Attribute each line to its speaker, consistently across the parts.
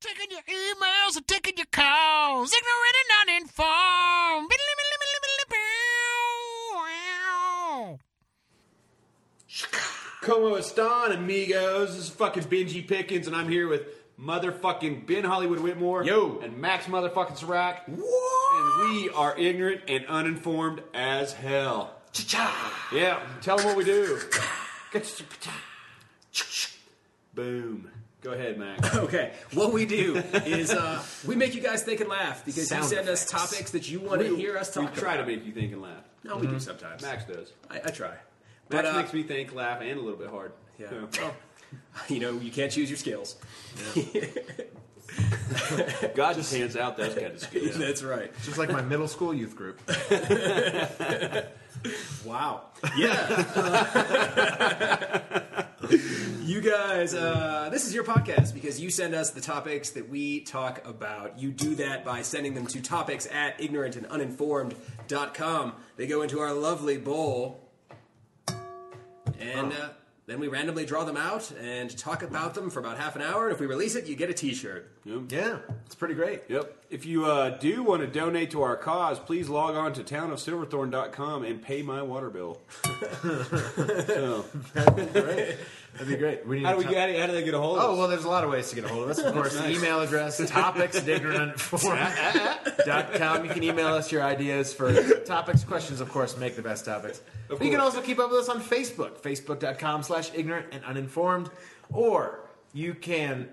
Speaker 1: Taking your emails and taking your calls. Ignorant and uninformed.
Speaker 2: Como estan, amigos? This is fucking Benji Pickens, and I'm here with motherfucking Ben Hollywood Whitmore.
Speaker 3: Yo.
Speaker 2: And Max motherfucking Sirac. And we are ignorant and uninformed as hell.
Speaker 3: Cha-cha.
Speaker 2: Yeah, tell them what we do. Boom. Go ahead, Max.
Speaker 3: Okay, what we do is uh, we make you guys think and laugh because
Speaker 4: Sound
Speaker 3: you send
Speaker 4: effects.
Speaker 3: us topics that you want to hear us
Speaker 2: We
Speaker 3: talk
Speaker 2: try to
Speaker 3: about.
Speaker 2: make you think and laugh.
Speaker 3: No, we do sometimes.
Speaker 2: Max does.
Speaker 3: I, I try.
Speaker 2: Max
Speaker 3: But, uh,
Speaker 2: makes me think, laugh, and a little bit hard.
Speaker 3: yeah. Well, you know, you can't choose your skills.
Speaker 2: God just hands out those kind of skills.
Speaker 3: That's right.
Speaker 4: Just like my middle school youth group.
Speaker 3: Wow. Yeah. you guys, uh, this is your podcast because you send us the topics that we talk about. You do that by sending them to topics at ignorantanduninformed.com. They go into our lovely bowl. And uh, then we randomly draw them out and talk about them for about half an hour. And if we release it, you get a t shirt.
Speaker 4: Yeah, it's pretty great.
Speaker 2: Yep. If you uh, do want to donate to our cause, please log on to townofsilverthorn.com and pay my water bill. so,
Speaker 4: Right? That'd be great. We need
Speaker 2: how do
Speaker 4: to
Speaker 2: we
Speaker 4: talk-
Speaker 2: get? How do they get a hold of
Speaker 4: Oh
Speaker 2: us?
Speaker 4: well, there's a lot of ways to get a hold of us. Of course, the email address topics at ignorantinformed.com. You can email us your ideas for topics, questions. Of course, make the best topics. But you can also keep up with us on Facebook, facebook.com/slash ignorant and uninformed, or you can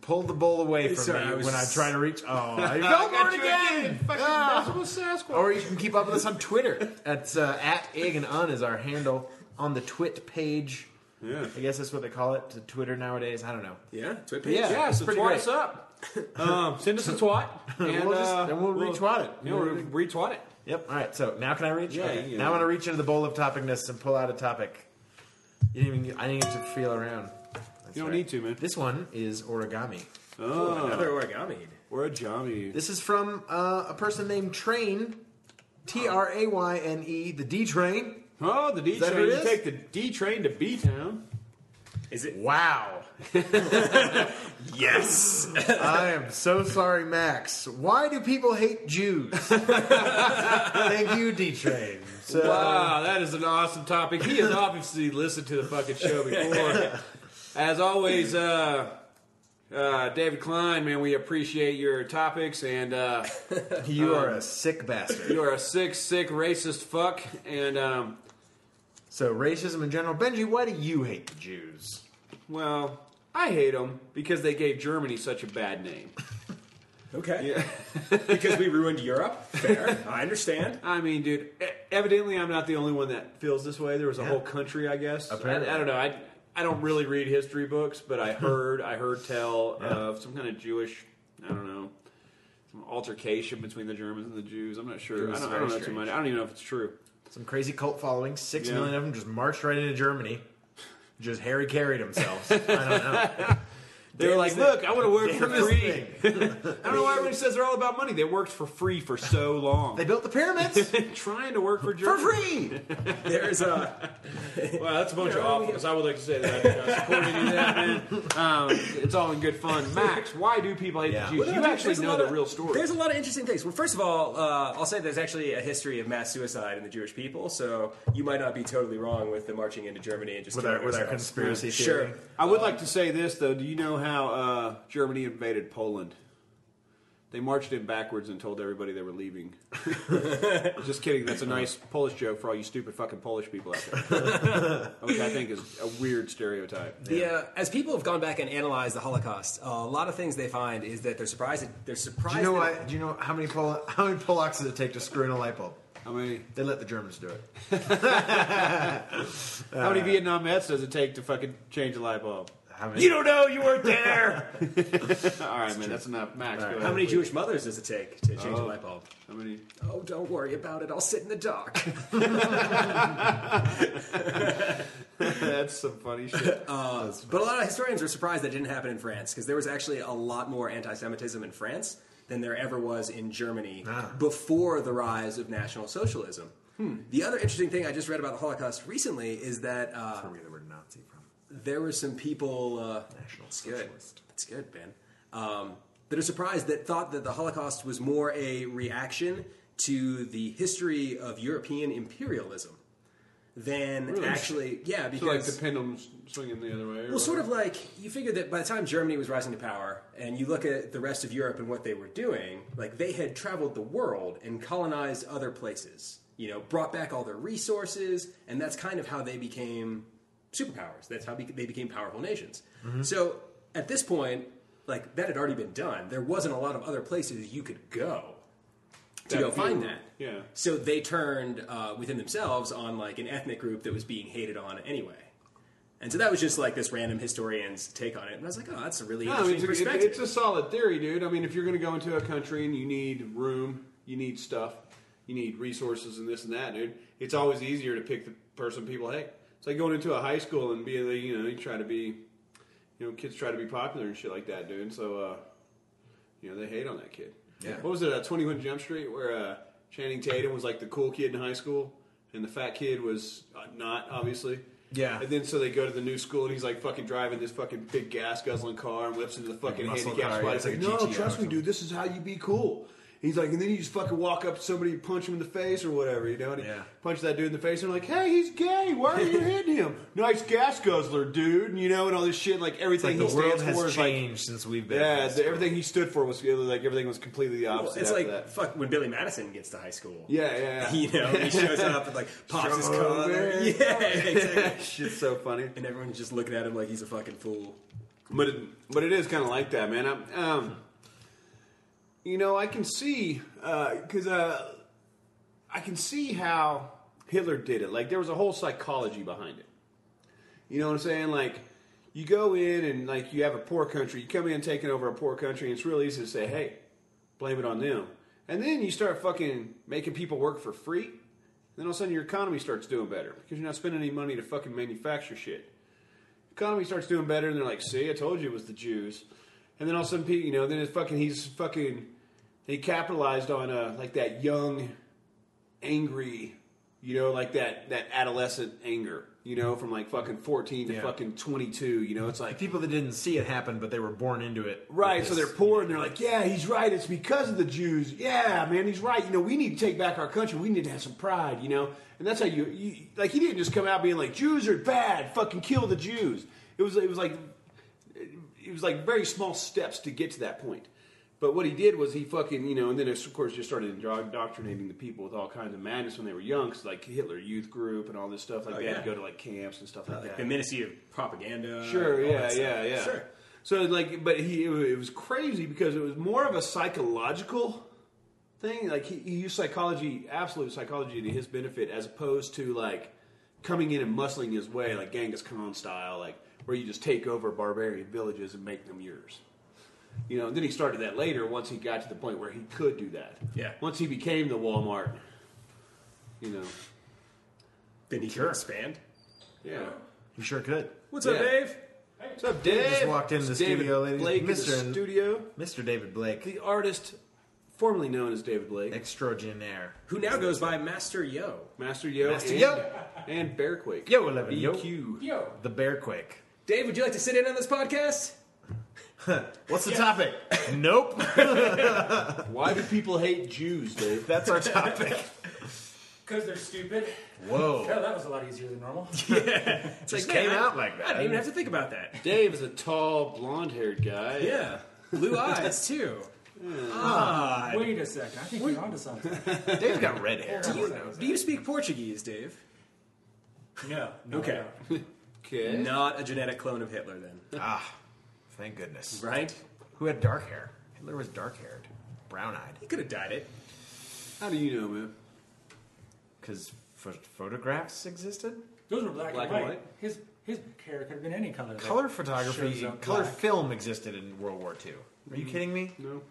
Speaker 4: pull the bowl away from
Speaker 3: Sorry,
Speaker 4: me
Speaker 3: I was-
Speaker 4: when I try to reach. Oh, I
Speaker 2: I
Speaker 4: fell
Speaker 2: got
Speaker 4: for it
Speaker 2: you
Speaker 4: again.
Speaker 2: again, fucking
Speaker 4: Ah.
Speaker 2: miserable Sasquatch.
Speaker 4: Or you can keep up with us on Twitter. That's uh, at Ig and Un is our handle on the Twit page.
Speaker 2: Yeah.
Speaker 4: I guess that's what they call it to Twitter nowadays. I don't know.
Speaker 3: Yeah, Twit
Speaker 4: Yeah.
Speaker 2: yeah,
Speaker 4: it's
Speaker 2: so
Speaker 4: pretty
Speaker 2: twat
Speaker 4: great.
Speaker 2: us up. Um, send us a twat, and
Speaker 4: we'll just-
Speaker 2: uh,
Speaker 4: and we'll retwat it.
Speaker 2: Yeah, we'll re- retwat it.
Speaker 4: Yep. All right. So now can I reach?
Speaker 2: Yeah,
Speaker 4: Okay.
Speaker 2: you can.
Speaker 4: Now I want to reach into the bowl of topicness and pull out a topic. You didn't even. I didn't get to feel around. That's
Speaker 2: You don't need to, man. Oh,
Speaker 4: This one is origami.
Speaker 3: Another origami.
Speaker 2: We're a jammy.
Speaker 4: This is from uh, a person named Train, T R A Y N E, the D Train.
Speaker 2: Oh, the D
Speaker 4: that who
Speaker 2: train.
Speaker 4: it
Speaker 2: You
Speaker 4: is?
Speaker 2: take the D train to B town.
Speaker 3: Is it?
Speaker 4: Wow.
Speaker 3: Yes!
Speaker 4: I am so sorry, Max. Why do people hate Jews? Thank you, D Train. So,
Speaker 2: Wow, that is an awesome topic. He has obviously listened to the fucking show before. As always, uh, uh, David Klein, man, we appreciate your topics, and uh,
Speaker 4: you are
Speaker 2: Um,
Speaker 4: a sick bastard.
Speaker 2: you are a sick, sick racist fuck. And um,
Speaker 4: So racism in general. Benji, why do you hate the Jews?
Speaker 2: well, I hate them because they gave Germany such a bad name.
Speaker 3: Okay. because we ruined Europe. Fair. I understand.
Speaker 2: I mean, dude, e- evidently I'm not the only one that feels this way. There was a whole country, I guess. I,
Speaker 4: Apparently.
Speaker 2: I don't know. I I don't really read history books, but I heard I heard tell of some kind of Jewish, I don't know, some altercation between the Germans and the Jews. I'm not sure.
Speaker 4: It
Speaker 2: I
Speaker 4: was
Speaker 2: don't, I don't
Speaker 4: very
Speaker 2: know too much. I don't even know if it's true.
Speaker 4: Some crazy cult following. Six
Speaker 2: Yeah.
Speaker 4: million of them just marched right into Germany. Just Harry carried themselves. I don't know.
Speaker 2: They were like,
Speaker 3: is the-
Speaker 2: look, I want to work for
Speaker 4: Damnest
Speaker 2: free. I don't know why everybody says they're all about money. They worked for free for so long.
Speaker 4: They built the pyramids
Speaker 2: Trying to work for
Speaker 4: for
Speaker 2: Germany.
Speaker 4: free.
Speaker 3: There's a.
Speaker 2: Well, that's a bunch of awfulness. I would like to say that I do not support any of that, man. Um, it's all in good fun. Max, why do people hate
Speaker 4: Yeah.
Speaker 2: the Jews? you actually know the real story.
Speaker 3: There's a lot of interesting things. Well, first of all, uh, I'll say there's actually a history of mass suicide in the Jewish people, so you might not be totally wrong with the marching into Germany and just
Speaker 4: With our,
Speaker 3: killing
Speaker 4: with our
Speaker 3: themselves.
Speaker 4: conspiracy
Speaker 3: Sure.
Speaker 4: theory.
Speaker 2: I would like to say this though. Do you know how uh, Germany invaded Poland? They marched in backwards and told everybody they were leaving. Just kidding. That's a nice Polish joke for all you stupid fucking Polish people out there, which I think is a weird stereotype.
Speaker 3: The, uh, as people have gone back and analyzed the Holocaust, a lot of things they find is that they're surprised. That, they're surprised.
Speaker 4: Do you know
Speaker 3: that-
Speaker 4: why, Do you know how many Pol- how many Polacks does it take to screw in a light bulb?
Speaker 2: How many
Speaker 4: They let the Germans do it.
Speaker 2: how many Vietnam vets does it take to fucking change a light bulb?
Speaker 4: How many?
Speaker 2: You don't know. You weren't there. all right, man. That's enough. Max, go
Speaker 3: How
Speaker 2: ahead,
Speaker 3: many
Speaker 2: please.
Speaker 3: Jewish mothers does it take to change a
Speaker 2: Oh.
Speaker 3: light bulb?
Speaker 2: How many?
Speaker 3: Oh, don't worry about it. I'll sit in the dark.
Speaker 2: That's some funny shit.
Speaker 3: But a lot of historians are surprised that didn't happen in France because there was actually a lot more anti-Semitism in France than there ever was in Germany
Speaker 4: Ah.
Speaker 3: before the rise of National Socialism.
Speaker 2: Hmm.
Speaker 3: The other interesting thing I just read about the Holocaust recently is that uh,
Speaker 4: Where we get the word Nazi from?
Speaker 3: there were some people. Uh,
Speaker 4: National
Speaker 3: it's good.
Speaker 4: Socialist.
Speaker 3: It's good, Ben. um, that are surprised that thought that the Holocaust was more a reaction to the history of European imperialism than actually, yeah, because
Speaker 2: So like the pendulum s- swinging the other way. or
Speaker 3: well, sort of
Speaker 2: whatever.
Speaker 3: like you figure that by the time Germany was rising to power, and you look at the rest of Europe and what they were doing, like they had traveled the world and colonized other places. You know, brought back all their resources, and that's kind of how they became superpowers. That's how be- they became powerful nations.
Speaker 2: Mm-hmm.
Speaker 3: So at this point, like that had already been done. There wasn't a lot of other places you could go to
Speaker 2: That
Speaker 3: go find
Speaker 2: view,
Speaker 3: that.
Speaker 2: yeah.
Speaker 3: So they turned uh, within themselves on like an ethnic group that was being hated on anyway. And so that was just like this random historian's take on it. And I was like, oh, that's a really
Speaker 2: No, I mean,
Speaker 3: interesting
Speaker 2: it's, a, it-
Speaker 3: perspective.
Speaker 2: it's a solid theory, dude. I mean, if you're going to go into a country and you need room, you need stuff, you need resources, and this and that, dude, it's always easier to pick the person people hate. It's like going into a high school and being, the, you know, you try to be, you know, kids try to be popular and shit like that, dude. So, uh, you know, they hate on that kid.
Speaker 3: Yeah.
Speaker 2: What was it? Uh, Twenty One Jump Street, where uh, Channing Tatum was like the cool kid in high school, and the fat kid was uh, not, obviously.
Speaker 4: Yeah.
Speaker 2: And then so they go to the new school, and he's like fucking driving this fucking big gas guzzling car and whips into the fucking
Speaker 4: muscle
Speaker 2: handicap
Speaker 4: car,
Speaker 2: spot.
Speaker 4: yeah,
Speaker 2: It's
Speaker 4: it's
Speaker 2: like,
Speaker 4: like a
Speaker 2: no,
Speaker 4: GTO or
Speaker 2: trust me,
Speaker 4: something."
Speaker 2: dude. This is how you be cool. He's like, and then you just fucking walk up to somebody, and punch him in the face or whatever, you know? And he
Speaker 4: Yeah.
Speaker 2: punches that dude in the face, and they're like, hey, he's gay. Why are you hitting him? Nice gas guzzler, dude. And, you know, and all this shit. Like everything
Speaker 4: Like the
Speaker 2: he
Speaker 4: world
Speaker 2: stands for
Speaker 4: has
Speaker 2: is like
Speaker 4: changed since we've been.
Speaker 2: yeah, the, everything he stood for was like everything was completely the
Speaker 3: Well,
Speaker 2: opposite.
Speaker 3: it's
Speaker 2: after
Speaker 3: like,
Speaker 2: that.
Speaker 3: fuck, when Billy Madison gets to high school.
Speaker 2: yeah, yeah, yeah.
Speaker 3: You know, he shows up and like pops his collar.
Speaker 2: Strawberry.
Speaker 3: Yeah, exactly.
Speaker 2: Shit's so funny.
Speaker 3: and everyone's just looking at him like he's a fucking fool.
Speaker 2: But it, but it is kind of like that, man. I'm, um, you know, I can see because uh, I can see how Hitler did it. Like there was a whole psychology behind it. You know what I'm saying? Like you go in and like you have a poor country, you come in taking over a poor country, and it's real easy to say, "Hey, blame it on them," and then you start fucking making people work for free. Then all of a sudden, your economy starts doing better because you're not spending any money to fucking manufacture shit economy starts doing better, and they're like, "See, I told you it was the Jews." And then all of a sudden, people, you know, then it's fucking he's fucking he capitalized on uh like that young, angry, you know, like that that adolescent anger, you know, from like fucking fourteen to
Speaker 4: Yeah.
Speaker 2: fucking twenty two. You know, it's like
Speaker 4: people that didn't see it happen, but they were born into it.
Speaker 2: Right,
Speaker 4: With
Speaker 2: so
Speaker 4: this-
Speaker 2: they're poor and they're like, yeah, he's right. It's because of the Jews. Yeah, man, he's right. You know, we need to take back our country. We need to have some pride, you know? And that's how you, you like, he didn't just come out being like, Jews are bad. Fucking kill the Jews. It was, it was like, it was like very small steps to get to that point. But what he did was he fucking, you know, and then of course just started indoctrinating the people with all kinds of madness when they were young, 'cause, like Hitler Youth Group and all this stuff. Like
Speaker 3: Oh,
Speaker 2: they had to
Speaker 3: yeah.
Speaker 2: go
Speaker 3: Uh,
Speaker 2: to like camps and stuff like
Speaker 3: Like
Speaker 2: that.
Speaker 3: the Ministry of Propaganda.
Speaker 2: Sure,
Speaker 3: and all
Speaker 2: yeah,
Speaker 3: that stuff.
Speaker 2: yeah, yeah.
Speaker 3: Sure.
Speaker 2: So like, but he it wa- it was crazy because it was more of a psychological thing. Like he, he used psychology, absolute psychology, to his benefit, as opposed to like coming in and muscling his way, like Genghis Khan style, like where you just take over barbarian villages and make them yours. You know, then he started that later once he got to the point where he could do that.
Speaker 3: Yeah.
Speaker 2: Once he became the Walmart, you know.
Speaker 3: Then he can expand.
Speaker 2: Yeah.
Speaker 4: You sure could.
Speaker 3: What's
Speaker 2: Yeah.
Speaker 3: up, Dave?
Speaker 2: What's up, Dave?
Speaker 4: just walked into the
Speaker 2: It's David
Speaker 4: studio, ladies.
Speaker 2: Blake in the
Speaker 4: Mr.
Speaker 2: studio.
Speaker 4: Mr. David Blake,
Speaker 2: the artist formerly known as David Blake,
Speaker 4: extraordinaire.
Speaker 3: Who now goes by Master Yo.
Speaker 2: Master Yo,
Speaker 4: Master
Speaker 2: and,
Speaker 4: Yo.
Speaker 2: and Bearquake.
Speaker 4: Yo, 11, yo.
Speaker 2: BQ.
Speaker 3: Yo.
Speaker 4: The bear quake.
Speaker 3: Dave, would you like to sit in on this podcast?
Speaker 4: What's the topic? nope.
Speaker 2: Why do people hate Jews, Dave?
Speaker 4: That's our topic.
Speaker 5: Because they're stupid.
Speaker 4: Whoa.
Speaker 5: Hell, that was a lot easier than normal.
Speaker 3: It's
Speaker 4: Just came out like that.
Speaker 3: I didn't even have to think about that.
Speaker 2: Dave is a tall, blonde-haired guy.
Speaker 3: Yeah. Blue eyes, too.
Speaker 5: Wait a second. I think you're onto something.
Speaker 4: Dave's got red hair.
Speaker 5: Do
Speaker 3: You- do you speak Portuguese, Dave?
Speaker 5: No. no
Speaker 3: Okay.
Speaker 5: no.
Speaker 2: Okay.
Speaker 3: Not a genetic clone of Hitler, then.
Speaker 4: Ah, thank goodness.
Speaker 3: Right?
Speaker 4: Who had dark hair? Hitler was dark haired, brown eyed.
Speaker 3: He could have dyed it.
Speaker 2: How do you know, man?
Speaker 4: Because ph- photographs existed?
Speaker 5: Those were black,
Speaker 2: Black
Speaker 5: and
Speaker 2: and
Speaker 5: white.
Speaker 2: white?
Speaker 5: His his hair could have been any color. that
Speaker 4: Color
Speaker 5: shows
Speaker 4: photography,
Speaker 5: up
Speaker 4: color
Speaker 5: black.
Speaker 4: film existed in World War II. Are
Speaker 2: Mm.
Speaker 4: you kidding me?
Speaker 2: No.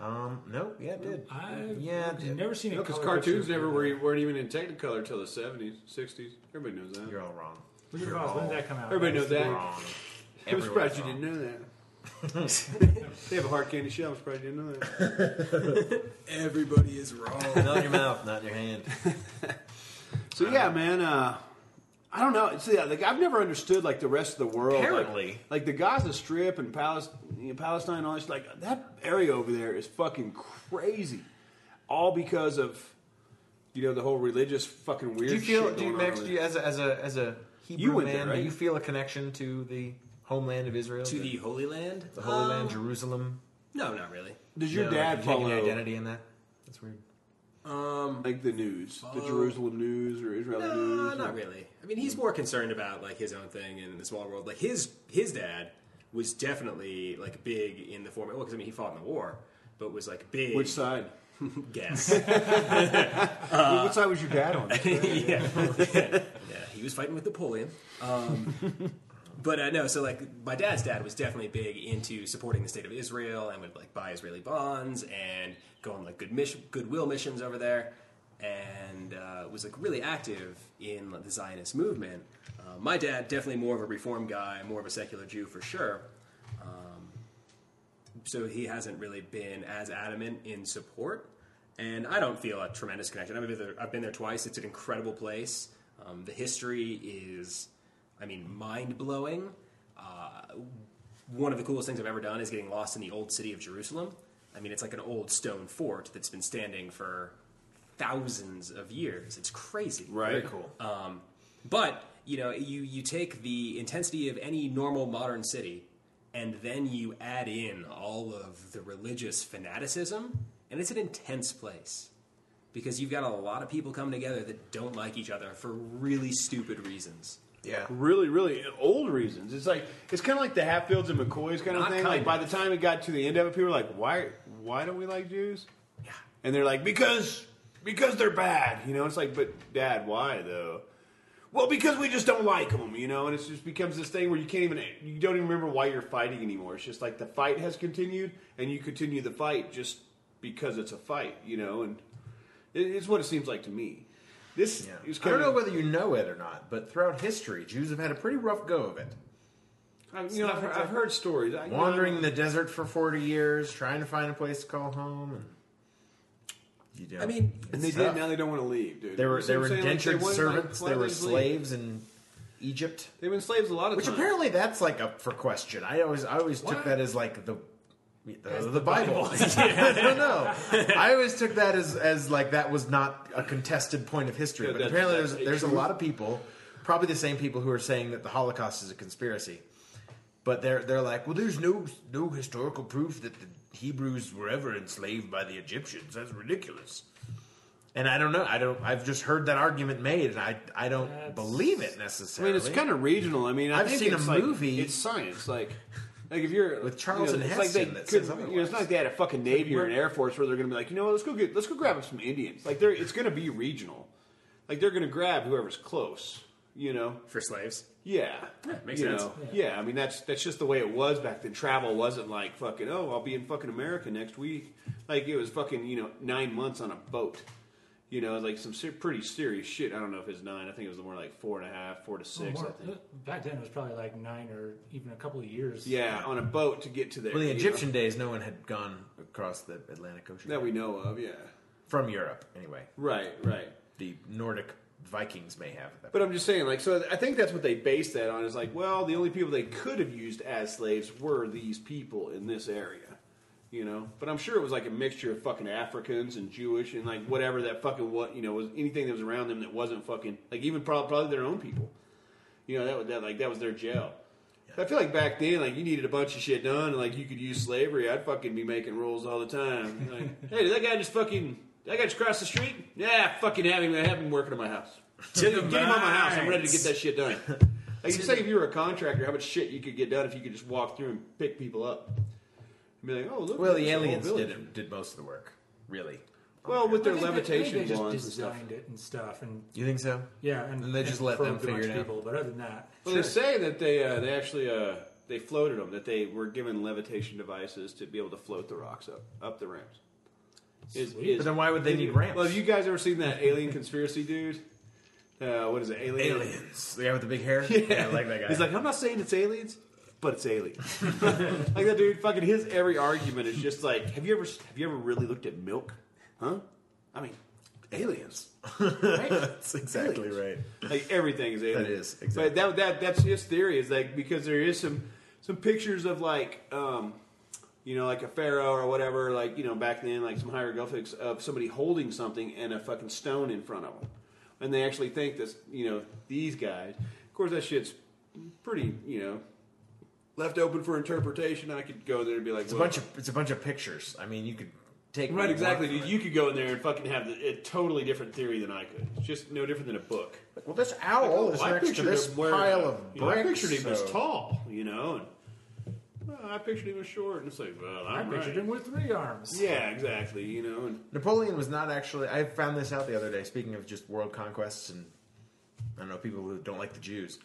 Speaker 4: Um, no, yeah, it did.
Speaker 5: I've
Speaker 4: yeah, it did.
Speaker 5: never seen a
Speaker 2: No, because
Speaker 5: color picture
Speaker 2: cartoons
Speaker 5: of
Speaker 2: never
Speaker 5: Hitler.
Speaker 2: were, weren't even in Technicolor till the 70s, 60s. Everybody knows that.
Speaker 4: You're all wrong.
Speaker 5: Wizard of Oz, When did that come out?
Speaker 2: Everybody knows that.
Speaker 4: Wrong.
Speaker 2: I'm surprised you
Speaker 4: Everyone's
Speaker 2: didn't know that. they have a hard candy shell. I'm surprised you didn't know that.
Speaker 3: Everybody is wrong.
Speaker 4: Not in your mouth, not in your hand.
Speaker 2: So
Speaker 4: Uh-huh.
Speaker 2: yeah, man. Uh, I uh, don't know. See, like I've never understood like the rest of the world. like-
Speaker 4: Apparently.
Speaker 2: like, the Gaza Strip and Palestine, you know, Palestine, all this. Like that area over there is fucking crazy, all because of you know the whole religious fucking weird.
Speaker 4: Do you feel?
Speaker 2: shit
Speaker 4: Do you,
Speaker 2: going on
Speaker 4: Max?
Speaker 2: over
Speaker 4: Do you,
Speaker 2: there.
Speaker 4: as a as a as a Hebrew
Speaker 2: You went
Speaker 4: man,
Speaker 2: there, right?
Speaker 4: do you feel a connection to the homeland of Israel,
Speaker 3: to the Holy Land.
Speaker 4: the Holy
Speaker 3: Um,
Speaker 4: Land, Jerusalem?
Speaker 3: No, not really.
Speaker 2: Does your
Speaker 4: No,
Speaker 2: dad
Speaker 4: like, you take
Speaker 2: follow
Speaker 4: any identity in that? That's weird.
Speaker 3: Um,
Speaker 2: like the news, the Jerusalem news or Israeli
Speaker 3: no,
Speaker 2: news?
Speaker 3: Uh, not really. I mean, he's more concerned about like his own thing and the small world. Like his his dad was definitely like big in the form. Well, because I mean, he fought in the war, but was like big.
Speaker 2: Which side?
Speaker 3: guess?
Speaker 4: uh,
Speaker 2: what side was your dad on?
Speaker 3: yeah. yeah, he was fighting with Napoleon. Um, but uh, no, so like my dad's dad was definitely big into supporting the state of Israel and would like buy Israeli bonds and go on like good mission, goodwill missions over there, and uh, was like really active in like, the Zionist movement. Uh, my dad definitely more of a reform guy, more of a secular Jew for sure. Um, so he hasn't really been as adamant in support. And I don't feel a tremendous connection. I've been there, I've been there twice. It's an incredible place. Um, the history is, I mean, mind blowing. Uh, one of the coolest things I've ever done is getting lost in the old city of Jerusalem. I mean, it's like an old stone fort that's been standing for thousands of years. It's crazy.
Speaker 2: Right.
Speaker 4: Very cool.
Speaker 3: Um, but you know, you you take the intensity of any normal modern city, and then you add in all of the religious fanaticism, and it's an intense place because you've got a lot of people coming together that don't like each other for really stupid reasons.
Speaker 4: Yeah.
Speaker 2: really, really old reasons. It's like it's kind of like the Hatfields and McCoys kind of
Speaker 3: Not
Speaker 2: thing.
Speaker 3: kind
Speaker 2: like by
Speaker 3: of.
Speaker 2: the time it got to the end of it, people were like, "Why? Why don't we like Jews?" Yeah, and they're like, "Because because they're bad." You know, it's like, "But Dad, why though?" Well, because we just don't like them, you know, and it just becomes this thing where you can't even you don't even remember why you're fighting anymore. It's just like the fight has continued, and you continue the fight just because it's a fight, you know, and it, it's what it seems like to me. This
Speaker 4: Yeah.
Speaker 2: is
Speaker 4: I
Speaker 2: kind
Speaker 4: don't know
Speaker 2: of
Speaker 4: whether you know it or not, but throughout history, Jews have had a pretty rough go of it.
Speaker 2: I, you know I've, heard- I've heard stories I,
Speaker 4: Wandering the desert for 40 years, trying to find a place to call home. And you don't.
Speaker 3: I mean,
Speaker 2: And they
Speaker 4: It's
Speaker 2: did.
Speaker 4: tough.
Speaker 2: Now they don't want to leave, dude.
Speaker 4: they were,
Speaker 2: You see
Speaker 4: they
Speaker 2: what
Speaker 4: were
Speaker 2: I'm saying? Like, they
Speaker 4: indentured
Speaker 2: wanted-
Speaker 4: servants,
Speaker 2: like,
Speaker 4: they
Speaker 2: why
Speaker 4: were
Speaker 2: did leave?
Speaker 4: slaves in Egypt.
Speaker 2: They've been slaves a lot of
Speaker 4: Which
Speaker 2: times.
Speaker 4: apparently that's like up for question. I always I always took
Speaker 3: What?
Speaker 4: that as like the the, the Bible. I don't know. I always took that as as like that was not a contested point of history.
Speaker 2: Yeah,
Speaker 4: but
Speaker 2: that's-
Speaker 4: apparently
Speaker 2: that's
Speaker 4: there's there's a
Speaker 2: true.
Speaker 4: lot of people, probably the same people who are saying that the Holocaust is a conspiracy. But they're they're like, well, there's no no historical proof that the Hebrews were ever enslaved by the Egyptians. That's ridiculous. And I don't know. I don't. I've just heard that argument made, and I I don't believe it
Speaker 2: I
Speaker 4: necessarily.
Speaker 2: mean, it's kind of regional. I mean, I
Speaker 4: I've
Speaker 2: think
Speaker 4: seen a
Speaker 2: it's like,
Speaker 4: movie-
Speaker 2: It's science, like. Like if you're
Speaker 4: With Charles
Speaker 2: you know,
Speaker 4: and
Speaker 2: it's like they
Speaker 4: Heston that
Speaker 2: couldn't-
Speaker 4: says
Speaker 2: you know, it's not like they had a fucking navy or an air force where they're going to be like, you know, what, let's go get, let's go grab some Indians. Like they're, it's going to be regional. Like they're going to grab whoever's close. You know,
Speaker 3: for slaves.
Speaker 2: Yeah.
Speaker 3: makes
Speaker 2: you
Speaker 3: sense.
Speaker 2: know, yeah. I mean that's that's just the way it was back then. Travel wasn't like fucking oh, I'll be in fucking America next week. Like it was fucking, you know, nine months on a boat. You know, like some ser- pretty serious shit. I don't know if it's nine. I think it was more like four and a half, four to six.
Speaker 5: More-
Speaker 2: I think.
Speaker 5: back then it was probably like nine or even a couple of years.
Speaker 2: Yeah, on a boat to get to there.
Speaker 4: Well, the
Speaker 2: you know?
Speaker 4: Egyptian days, no one had gone across the Atlantic Ocean
Speaker 2: that we know of. Yeah,
Speaker 4: from Europe, anyway.
Speaker 2: right, right.
Speaker 4: The Nordic Vikings may have. That.
Speaker 2: But I'm just saying, like, so I think that's what they based that on. Is like, well, the only people they could have used as slaves were these people in this area, you know. But I'm sure it was like a mixture of fucking Africans and Jewish and like whatever that fucking what you know was anything that was around them that wasn't fucking like even probably, probably their own people, you know. That was that like that was their jail. I feel like back then, like you needed a bunch of shit done, and like you could use slavery. I'd fucking be making rules all the time. Like, hey, did that guy just fucking? That guy just crossed the street? Yeah, fucking have him. Have him working on my house.
Speaker 3: To
Speaker 2: Get him on my house. I'm ready to get that shit done. Like you say, if you were a contractor, how much shit you could get done if you could just walk through and pick people up. And be like, oh look.
Speaker 4: well,
Speaker 2: there's
Speaker 4: the
Speaker 2: a whole
Speaker 4: aliens
Speaker 2: village.
Speaker 4: did it, did most of the work, really.
Speaker 2: Well, with
Speaker 5: I
Speaker 2: their
Speaker 5: think they- I think
Speaker 2: levitation
Speaker 5: they
Speaker 2: wands
Speaker 5: just
Speaker 2: and stuff.
Speaker 5: designed it and stuff, and
Speaker 4: You think so?
Speaker 5: yeah, and,
Speaker 4: And they just
Speaker 5: and
Speaker 4: let
Speaker 5: for
Speaker 4: them
Speaker 5: a bunch
Speaker 4: figure it
Speaker 5: of
Speaker 4: out.
Speaker 5: people, But other than that,
Speaker 2: Well, they say that they uh, they actually uh, they floated them. That they were given levitation devices to be able to float the rocks up up the ramps. Is-
Speaker 5: Sweet.
Speaker 2: is-
Speaker 4: But then why would they need ramps?
Speaker 2: Well, have you guys ever seen that alien conspiracy dude? Uh, what is it? Alien.
Speaker 4: Aliens. The guy with the big hair. Yeah, I like that guy.
Speaker 2: He's like, I'm not saying it's aliens, but it's aliens. like that dude, fucking his every argument is just like, have you ever have you ever really looked at milk? Huh? I mean, aliens. Right?
Speaker 4: that's exactly right.
Speaker 2: like everything is alien.
Speaker 4: is, exactly.
Speaker 2: But that that that's his theory is like because there is some some pictures of like um you know, like a pharaoh or whatever, like you know, back then, like some hieroglyphics of somebody holding something and a fucking stone in front of them, and they actually think this, you know, these guys. Of course, that shit's pretty, you know, left open for interpretation. I could go in there and be like,
Speaker 4: It's a bunch of it's a bunch of pictures. I mean, you could take
Speaker 2: right, exactly, dude. You could go in there and fucking have a totally different theory than I could. It's just no different than a book.
Speaker 4: Well, this owl is
Speaker 2: Well, oh, I
Speaker 4: next to
Speaker 2: pictured
Speaker 4: this
Speaker 2: him wearing-
Speaker 4: pile of bricks.
Speaker 2: you know, I pictured him as
Speaker 4: so-
Speaker 2: tall, you know, and well, I pictured him as short, and it's like, well,
Speaker 5: I
Speaker 2: I'm
Speaker 5: pictured
Speaker 2: right.
Speaker 5: him with three arms.
Speaker 2: Yeah, exactly, you know, and
Speaker 4: Napoleon was not actually. I found this out the other day. Speaking of just world conquests and I don't know people who don't like the Jews,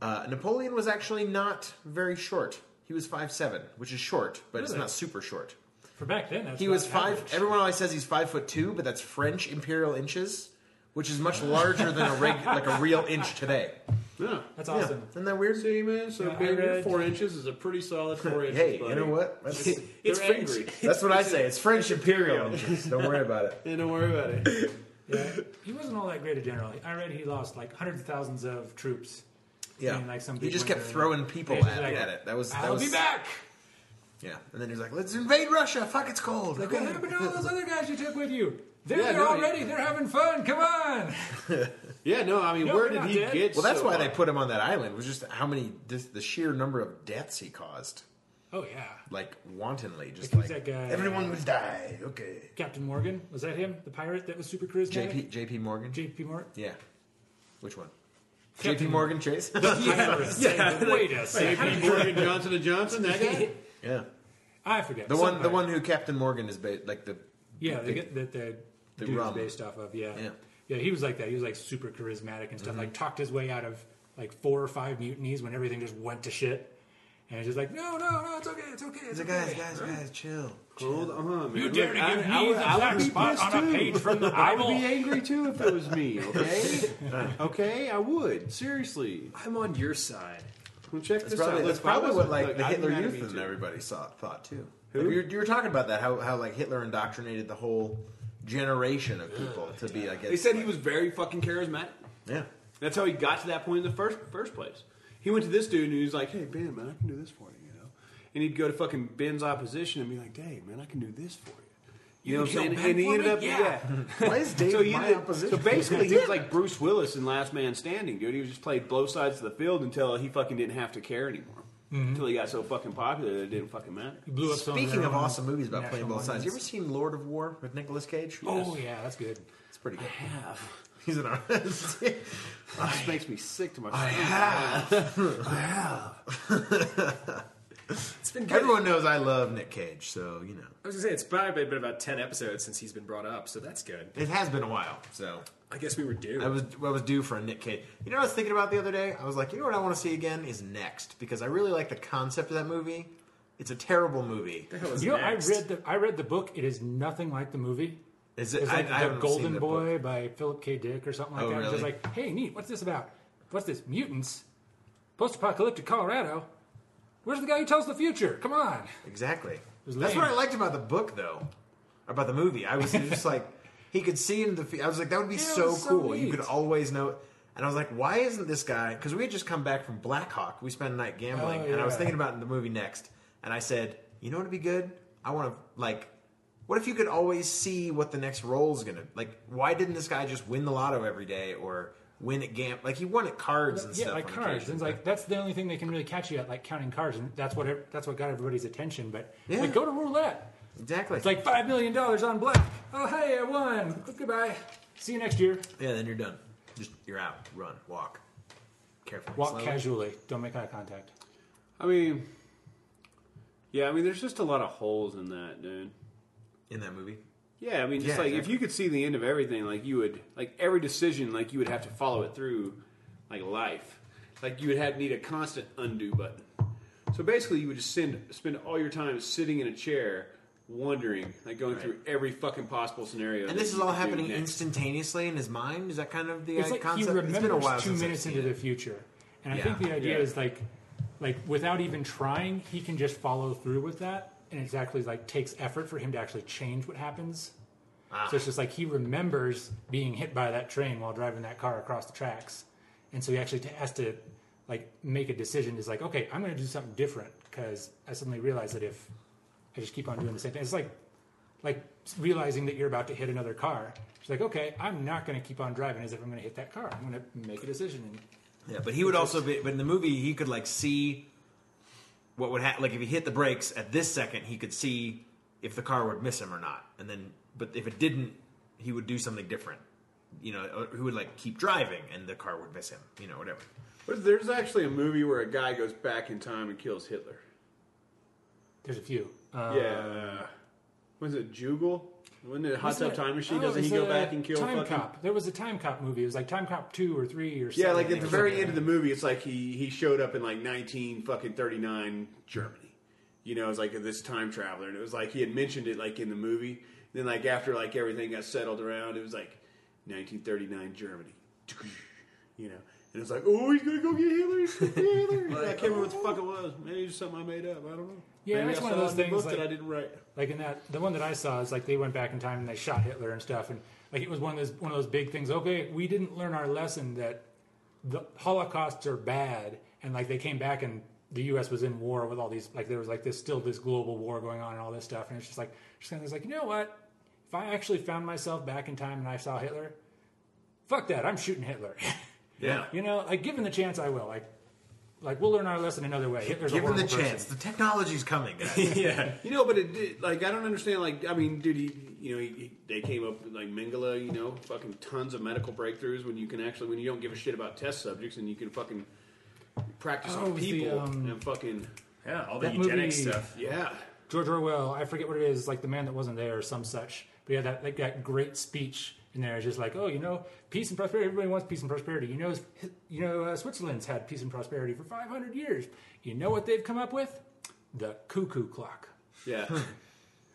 Speaker 4: uh, Napoleon was actually not very short. He was five seven, which is short, but it's
Speaker 5: Really?
Speaker 4: not super short.
Speaker 5: For back then, that's
Speaker 4: He
Speaker 5: about
Speaker 4: was five.
Speaker 5: average.
Speaker 4: Everyone always says he's five foot two, but that's French imperial inches, which is much larger than a reg, like a real inch today.
Speaker 2: yeah.
Speaker 5: That's
Speaker 4: Yeah,
Speaker 5: awesome.
Speaker 4: isn't that weird?
Speaker 2: See, man, so
Speaker 5: Yeah, I
Speaker 2: baby,
Speaker 5: read-
Speaker 2: four inches is a pretty solid four inches.
Speaker 4: Hey, you
Speaker 2: buddy.
Speaker 4: know what? That's,
Speaker 2: They're
Speaker 5: It's French.
Speaker 2: angry.
Speaker 4: that's what I say. It's French imperial inches. Don't worry about it.
Speaker 2: and don't worry about it.
Speaker 5: Yeah. He wasn't all that great a general. I read he lost like hundreds of thousands of troops.
Speaker 4: Yeah,
Speaker 5: And, like, some
Speaker 4: he just
Speaker 5: people
Speaker 4: kept
Speaker 5: are-
Speaker 4: throwing people
Speaker 5: Yeah,
Speaker 4: at,
Speaker 5: exactly.
Speaker 4: at it. That was that
Speaker 5: I'll
Speaker 4: was
Speaker 5: be back.
Speaker 4: yeah. And then he was like, "Let's invade Russia. Fuck, it's cold."
Speaker 5: Like what happened to all those other guys you took with you? They're
Speaker 2: Yeah,
Speaker 5: there
Speaker 2: no, he-
Speaker 5: already. They're having fun. Come on.
Speaker 2: Yeah, no, I mean,
Speaker 5: No,
Speaker 2: where
Speaker 5: we're
Speaker 2: did
Speaker 5: not
Speaker 2: he
Speaker 5: dead.
Speaker 2: get?
Speaker 4: well, that's
Speaker 2: so
Speaker 4: why
Speaker 2: high?
Speaker 4: they put him on that island. Was just how many this, the sheer number of deaths he caused,
Speaker 5: Oh yeah.
Speaker 4: like wantonly, just like
Speaker 5: Because that guy-
Speaker 4: everyone would die. Okay,
Speaker 5: Captain Morgan was that him? The pirate that was super
Speaker 4: JP
Speaker 5: charismatic.
Speaker 4: JP Morgan.
Speaker 5: J.P. Morgan.
Speaker 4: yeah, which one?
Speaker 5: Captain-
Speaker 4: JP Morgan Chase.
Speaker 5: Yeah. Wait a second.
Speaker 2: J.P. Morgan Johnson and Johnson. That guy.
Speaker 4: yeah,
Speaker 5: I forget
Speaker 4: the
Speaker 5: Some
Speaker 4: one the
Speaker 5: pirate.
Speaker 4: one who Captain Morgan is based like the
Speaker 5: Yeah, they
Speaker 4: the-
Speaker 5: get that the,
Speaker 4: the
Speaker 5: dude
Speaker 4: rum.
Speaker 5: was based off of. Yeah.
Speaker 4: Yeah. Mm-hmm.
Speaker 5: yeah, He was like that. He was like super charismatic and stuff. Like talked his way out of like four or five mutinies when everything just went to shit. And it's just like, no, no, no, it's okay, it's okay, it's
Speaker 4: the
Speaker 5: okay.
Speaker 4: guys guys guys chill.
Speaker 2: Hold on, uh-huh, man.
Speaker 5: You dare to
Speaker 2: Look, I-
Speaker 5: give
Speaker 2: I
Speaker 5: me
Speaker 2: would-
Speaker 5: the
Speaker 2: I would
Speaker 5: black
Speaker 2: be
Speaker 5: spot
Speaker 2: pissed
Speaker 5: on a
Speaker 2: too.
Speaker 5: page from the
Speaker 2: I would
Speaker 5: Bible?
Speaker 2: be angry too if it was me. Okay, okay, I would seriously.
Speaker 3: I'm on your side.
Speaker 2: Well, check
Speaker 4: That's
Speaker 2: this
Speaker 4: probably,
Speaker 2: out.
Speaker 4: that's
Speaker 2: Look,
Speaker 4: probably
Speaker 2: I
Speaker 4: what
Speaker 2: wasn't-
Speaker 4: like
Speaker 2: look,
Speaker 4: the
Speaker 2: I'm
Speaker 4: Hitler
Speaker 2: mad at
Speaker 4: Youth
Speaker 2: me,
Speaker 4: and
Speaker 2: too.
Speaker 4: everybody saw, thought too.
Speaker 2: Who?
Speaker 4: Like, you, were, you were talking about that how, how like Hitler indoctrinated the whole generation of people to be like
Speaker 2: They said he was very fucking charismatic.
Speaker 4: yeah
Speaker 2: That's how he got to that point in the first first place. He went to this dude and he was like, "Hey Ben, man, I can do this for you," you know. And he'd go to fucking Ben's opposition and be like, "Dang, man, I can do this for you." You, know what I'm
Speaker 5: can
Speaker 2: saying?
Speaker 5: kill Ben
Speaker 2: And he
Speaker 5: for
Speaker 2: ended
Speaker 5: me?
Speaker 2: up,
Speaker 5: Yeah.
Speaker 4: why is Dave
Speaker 2: So, he
Speaker 4: my
Speaker 2: ended-
Speaker 4: opposition
Speaker 2: so basically, he was like Bruce Willis in Last Man Standing, dude. He was just played both sides of the field until he fucking didn't have to care anymore.
Speaker 4: Mm-hmm.
Speaker 2: Until he got so fucking popular that it didn't fucking matter.
Speaker 5: He blew up some of
Speaker 4: speaking
Speaker 5: their
Speaker 4: of
Speaker 5: own
Speaker 4: awesome movies about playing
Speaker 5: national
Speaker 4: both sides you ever
Speaker 5: monuments.
Speaker 4: seen Lord of War with Nicolas Cage
Speaker 5: Oh yeah, that's good.
Speaker 4: it's pretty good
Speaker 2: I have.
Speaker 4: he's an artist
Speaker 2: That just makes me sick to my.
Speaker 4: I have
Speaker 3: It's been good.
Speaker 4: everyone knows I love Nick Cage so you know
Speaker 3: I was gonna say it's probably been about ten episodes since he's been brought up, so that's good.
Speaker 4: it has been a while so
Speaker 3: I guess we were due.
Speaker 4: I was I was due for a Nick Cage. You know what I was thinking about the other day? I was like, you know what I want to see again is Next because I really like the concept of that movie. It's a terrible movie.
Speaker 3: The hell is
Speaker 5: You know,
Speaker 3: next?
Speaker 5: I read the I read the book. It is nothing like the movie.
Speaker 4: Is it
Speaker 5: It's like
Speaker 4: I, I
Speaker 5: The
Speaker 4: haven't seen
Speaker 5: Golden
Speaker 4: the
Speaker 5: Boy
Speaker 4: book.
Speaker 5: by Philip K. Dick or something like
Speaker 4: Oh,
Speaker 5: that. It's just
Speaker 4: really?
Speaker 5: like, hey, neat. What's this about? What's this? Mutants? Post-apocalyptic Colorado? Where's the guy who tells the future? Come on.
Speaker 4: Exactly.
Speaker 5: was
Speaker 4: That's
Speaker 5: lame.
Speaker 4: what I liked about the book though, about the movie. I was just like, he could see in the. fu- I was like, that would be
Speaker 5: Yeah, it
Speaker 4: so
Speaker 5: was so
Speaker 4: cool. you
Speaker 5: neat.
Speaker 4: could always know. And I was like, why isn't this guy? Because we had just come back from Black Hawk. We spent a night gambling,
Speaker 5: Oh,
Speaker 4: and I was
Speaker 5: yeah.
Speaker 4: thinking about the movie Next. And I said, you know what would be good? I want to like. What if you could always see what the next role's gonna like? Why didn't this guy just win the lotto every day or win at gam? Like he won at cards and
Speaker 5: yeah,
Speaker 4: stuff.
Speaker 5: like
Speaker 4: on
Speaker 5: cards.
Speaker 4: occasion,
Speaker 5: And it's
Speaker 4: but-
Speaker 5: like that's the only thing they can really catch you at, like counting cards, and that's what ev- that's what got everybody's attention. But
Speaker 4: Yeah.
Speaker 5: like, go to roulette.
Speaker 4: exactly.
Speaker 5: It's like five million dollars on black. Oh, hey, I won. Goodbye. See you next year.
Speaker 4: Yeah, then you're done. Just you're out. Run, walk, carefully.
Speaker 5: Walk
Speaker 4: slowly.
Speaker 5: casually. Don't make eye contact.
Speaker 2: I mean, yeah, I mean, there's just a lot of holes in that, dude.
Speaker 4: in that movie.
Speaker 2: Yeah, I mean, just
Speaker 4: Yeah,
Speaker 2: like if
Speaker 4: exactly.
Speaker 2: you could see the end of everything, like you would, like every decision, like you would have to follow it through, like life, like you would have need a constant undo button. So basically, you would just send, spend all your time sitting in a chair, wondering, like going through every fucking possible scenario.
Speaker 4: And
Speaker 2: that
Speaker 4: this is
Speaker 2: you
Speaker 4: all
Speaker 2: could do
Speaker 4: happening
Speaker 2: next.
Speaker 4: instantaneously in his mind. Is that kind of the
Speaker 5: it's
Speaker 4: uh,
Speaker 5: like
Speaker 4: concept?
Speaker 5: he remembers
Speaker 4: it's been a while
Speaker 5: two
Speaker 4: since I've
Speaker 5: minutes
Speaker 4: seen
Speaker 5: into the
Speaker 4: it.
Speaker 5: future, and
Speaker 4: Yeah.
Speaker 5: I think the idea
Speaker 2: Yeah.
Speaker 5: is like, like without even trying, he can just follow through with that, and it's actually like takes effort for him to actually change what happens. So it's just like he remembers being hit by that train while driving that car across the tracks, and so he actually t- has to like make a decision. Is like, okay, I'm going to do something different because I suddenly realized that if I just keep on doing the same thing. It's like like realizing that you're about to hit another car. She's like, okay, I'm not going to keep on driving as if I'm going to hit that car. I'm going to make a decision. And
Speaker 4: Yeah, but he would also be. But in the movie, he could like see what would happen. Like if he hit the brakes at this second, he could see if the car would miss him or not. And then, but if it didn't, he would do something different. You know, or he would like keep driving, and the car would miss him. You know, whatever.
Speaker 2: But there's actually a movie where a guy goes back in time and kills Hitler.
Speaker 5: there's a few. Uh,
Speaker 2: yeah. Was it Jugal? Wasn't it Hot
Speaker 5: Wasn't
Speaker 2: Tub
Speaker 5: it-
Speaker 2: Time Machine?
Speaker 5: oh,
Speaker 2: Doesn't he
Speaker 5: it's
Speaker 2: go
Speaker 5: a
Speaker 2: back and kill
Speaker 5: Time
Speaker 2: fucking...
Speaker 5: Cop? There was a Time Cop movie. It was like Time Cop two or three or
Speaker 2: Yeah,
Speaker 5: something.
Speaker 2: like at the very end of the movie, it's like he he showed up in like nineteen fucking thirty nine Germany. You know, it's like this time traveler, and it was like he had mentioned it like in the movie. Then like after like everything got settled around, it was like nineteen thirty nine Germany. You know, and it's like oh he's gonna go get Hitler. He's gonna get Hitler. I can't remember what the fuck it was. Maybe it's something I made up. I don't know.
Speaker 5: Yeah,
Speaker 2: Maybe
Speaker 5: it's
Speaker 2: I
Speaker 5: one
Speaker 2: saw it
Speaker 5: of those
Speaker 2: in the
Speaker 5: things,
Speaker 2: book that
Speaker 5: like-
Speaker 2: I didn't write.
Speaker 5: like in that the one that I saw is like they went back in time and they shot Hitler and stuff, and like it was one of those one of those big things. Okay, we didn't learn our lesson that the Holocausts are bad, and like they came back and the U.S. was in war with all these like there was like this still this global war going on and all this stuff, and it's just like just kind of like you know what? If I actually found myself back in time and I saw Hitler, fuck that, I'm shooting Hitler.
Speaker 4: Yeah.
Speaker 5: you know, like given the chance, I will. Like, like we'll learn our lesson another way. Hitler's a
Speaker 4: Given the
Speaker 5: horrible person.
Speaker 4: chance, the technology's coming. Guys.
Speaker 3: yeah.
Speaker 2: You know, but it did, like I don't understand. Like I mean, dude, he, you know, he, he- they came up with, like Mengele. You know, fucking tons of medical breakthrough breakthroughs when you can actually when you don't give a shit about test subjects and you can fucking practice
Speaker 5: Oh, it
Speaker 2: on
Speaker 5: was the,
Speaker 2: people
Speaker 5: um,
Speaker 2: and fucking
Speaker 3: Yeah, all the
Speaker 5: That
Speaker 3: eugenic
Speaker 5: movie-
Speaker 3: stuff.
Speaker 2: yeah.
Speaker 5: George Orwell, I forget what it is, like the man that wasn't there or some such. But yeah, that like that great speech in there is just like, oh, you know, peace and prosperity. Everybody wants peace and prosperity. You know, you know, uh, Switzerland's had peace and prosperity for 500 years. You know what they've come up with? The cuckoo clock.
Speaker 2: Yeah,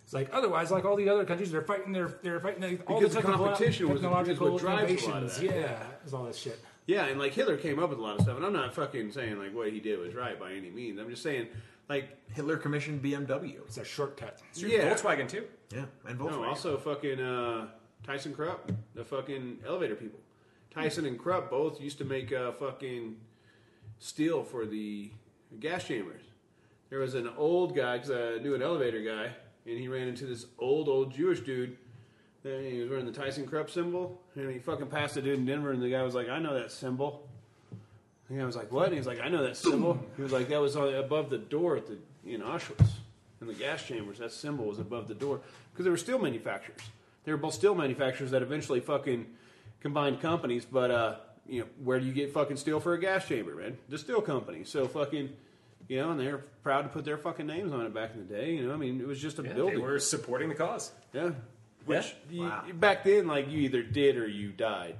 Speaker 5: It's like otherwise, like all the other countries, they're fighting their they're fighting their, all
Speaker 2: Because
Speaker 5: the
Speaker 2: the
Speaker 5: technical,
Speaker 2: competition was- is what
Speaker 5: technological
Speaker 2: drives a lot of
Speaker 5: innovations.
Speaker 2: that.
Speaker 5: Yeah, it's all this shit.
Speaker 2: yeah, and like Hitler came up with a lot of stuff, and I'm not fucking saying like what he did was right by any means. I'm just saying like
Speaker 4: Hitler commissioned BMW.
Speaker 5: It's a shortcut.
Speaker 2: yeah.
Speaker 3: Volkswagen too.
Speaker 4: Yeah, and Volkswagen.
Speaker 2: No, also fucking uh, Tyson Krupp, the fucking elevator people. Tyson and Krupp both used to make uh, fucking steel for the gas chambers. There was an old guy, because I knew an elevator guy, and he ran into this old, old Jewish dude. Then he was wearing the Tyson Krupp symbol, and he fucking passed a dude in Denver, and the guy was like, I know that symbol. And I was like, what? And he was like, I know that symbol. He was like, that was on, above the door at the in Auschwitz, in the gas chambers. That symbol was above the door because they were steel manufacturers. They were both steel manufacturers that eventually fucking combined companies. But uh, you know, where do you get fucking steel for a gas chamber, man? The steel company. So fucking, you know, and they were proud to put their fucking names on it back in the day. You know, I mean, it was just a
Speaker 3: Yeah,
Speaker 2: building.
Speaker 3: they were supporting the cause.
Speaker 2: Yeah. Which you,
Speaker 4: Wow.
Speaker 2: back then, like you either did or you died.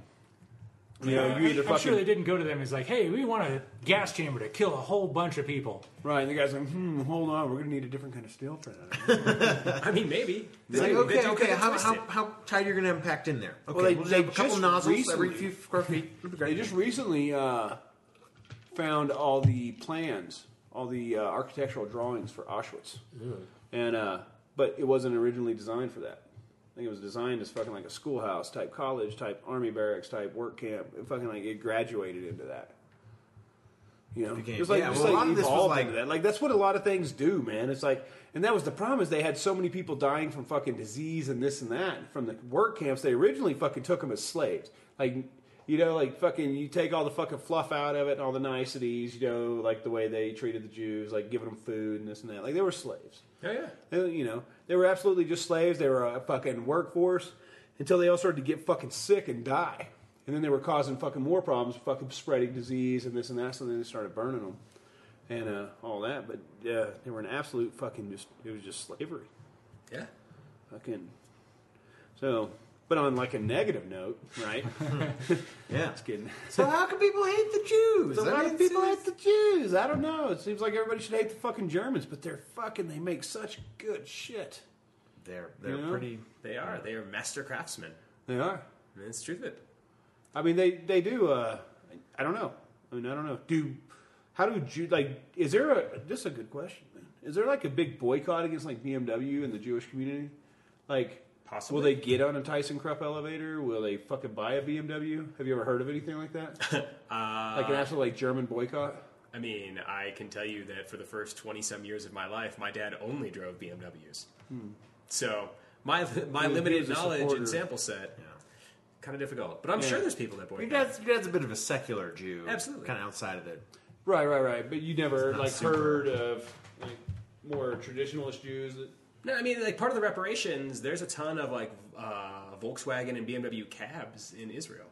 Speaker 2: You know,
Speaker 5: Uh,
Speaker 2: you either
Speaker 5: I'm
Speaker 2: fucking
Speaker 5: sure they didn't go to them. It's like, hey, we want a gas chamber to kill a whole bunch of people.
Speaker 2: right. And the guy's like, hmm, hold on, we're gonna need a different kind of steel for that.
Speaker 3: I mean, maybe.
Speaker 4: It's like,
Speaker 3: They- they
Speaker 4: okay,
Speaker 3: do
Speaker 4: okay,
Speaker 3: kinda
Speaker 4: how,
Speaker 3: twist
Speaker 4: how,
Speaker 3: it.
Speaker 4: how tight you're going to impact in there? Okay,
Speaker 2: they-
Speaker 4: we'll
Speaker 2: they
Speaker 4: have a couple
Speaker 2: just
Speaker 4: nozzles every
Speaker 2: recently-
Speaker 4: few square feet.
Speaker 2: They just recently uh, found all the plans, all the uh, architectural drawings for Auschwitz, and uh, but it wasn't originally designed for that. I think it was designed as fucking like a schoolhouse type college type army barracks type work camp. It fucking like it graduated into that. You know,
Speaker 4: Became-
Speaker 2: it's like,
Speaker 4: yeah,
Speaker 2: it's
Speaker 4: well, a
Speaker 2: like
Speaker 4: lot of this was
Speaker 2: evolved
Speaker 4: like-
Speaker 2: into that. Like that's what a lot of things do, man. It's like, and that was the problem is they had so many people dying from fucking disease and this and that from the work camps. They originally fucking took them as slaves. Like, you know, like fucking, you take all the fucking fluff out of it and all the niceties. You know, like the way they treated the Jews, like giving them food and this and that. Like they were slaves.
Speaker 3: Oh yeah.
Speaker 2: They- you know, they were absolutely just slaves. They were a fucking workforce until they all started to get fucking sick and die. And then they were causing fucking more problems, fucking spreading disease and this and that. So then they started burning them and uh, all that. But uh, they were an absolute fucking just, it was just slavery.
Speaker 3: Yeah.
Speaker 2: Fucking. So, but on like a negative note, right?
Speaker 4: Yeah.
Speaker 2: Just kidding.
Speaker 4: So how can people hate the Jews?
Speaker 2: A
Speaker 4: I
Speaker 2: lot
Speaker 4: mean,
Speaker 2: of people hate
Speaker 4: it's-
Speaker 2: the Jews. I don't know. It seems like everybody should hate the fucking Germans, but they're fucking, they make such good shit.
Speaker 4: They're, they're
Speaker 2: You know?
Speaker 4: pretty...
Speaker 3: They are. They are master craftsmen.
Speaker 2: They are.
Speaker 3: I mean, it's the truth of it.
Speaker 2: I mean, they they do. Uh, I don't know. I mean, I don't know. Do how do Jew like? Is there a? This is a good question, man. Is there like a big boycott against like BMW and the Jewish community? Like,
Speaker 3: Possibly.
Speaker 2: will they get on a Tyson Krupp elevator? Will they
Speaker 3: Uh,
Speaker 2: fucking buy a BMW? Have you ever heard of anything like that? like an actual like German boycott?
Speaker 3: I mean, I can tell you that for the first 20 some years of my life, my dad only drove BMWs.
Speaker 4: Hmm.
Speaker 3: So my my
Speaker 2: was
Speaker 3: limited
Speaker 2: a
Speaker 3: knowledge
Speaker 2: supporter.
Speaker 3: and sample set, kind of difficult. But I'm sure there's people that
Speaker 4: Your
Speaker 3: boycott.
Speaker 4: dad's, your dad's a bit of a secular Jew.
Speaker 3: Absolutely.
Speaker 4: Kind of outside of it.
Speaker 2: Right, right, right. But you never
Speaker 4: not
Speaker 2: like
Speaker 4: super.
Speaker 2: heard of like more traditionalist Jews that
Speaker 3: No, I mean, like part of the reparations, there's a ton of like uh, Volkswagen and BMW cabs in Israel,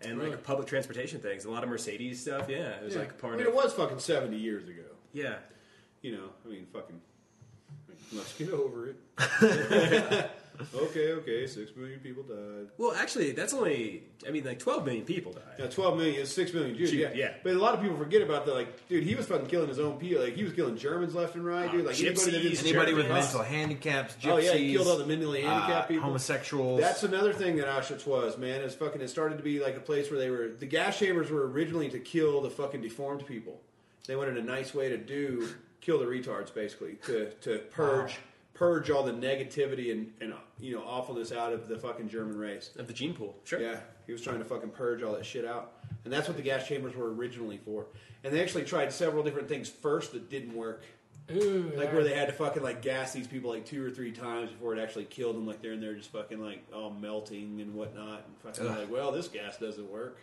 Speaker 3: and like public transportation things. A lot of Mercedes stuff. Yeah, it was like part
Speaker 2: I mean,
Speaker 3: of
Speaker 2: it was fucking seventy years ago.
Speaker 3: yeah.
Speaker 2: You know, I mean, fucking. Let's get over it. okay, okay. Six million people died.
Speaker 3: Well, actually, that's only I mean, like 12 million people died.
Speaker 2: Yeah, twelve million is six million Jews.
Speaker 3: Jew-
Speaker 2: yeah,
Speaker 3: yeah.
Speaker 2: But a lot of people forget about that. Like, dude, he was fucking killing his own people. Like, he was killing Germans left and right, dude. Like anybody that
Speaker 3: Gypsies,
Speaker 2: didn't
Speaker 4: Anybody with
Speaker 3: Germans.
Speaker 4: mental handicaps, gypsies,
Speaker 2: Oh yeah, he killed all the mentally handicapped
Speaker 4: uh,
Speaker 2: people.
Speaker 4: homosexuals.
Speaker 2: That's another thing that Auschwitz was, man. Is fucking it started to be like a place where they were the gas chambers were originally to kill the fucking deformed people. They wanted a nice way to do kill the retards, basically to to purge purge all the negativity and and you know awfulness out of the fucking German race.
Speaker 3: Of the gene pool, sure.
Speaker 2: Yeah, he was trying to fucking purge all that shit out, and that's what the gas chambers were originally for. And they actually tried several different things first that didn't work
Speaker 5: Ooh,
Speaker 2: like where they had to fucking like gas these people like two or three times before it actually killed them. Like they're in there just fucking like all melting and whatnot, and fucking
Speaker 4: Ugh.
Speaker 2: like, well, this gas doesn't work.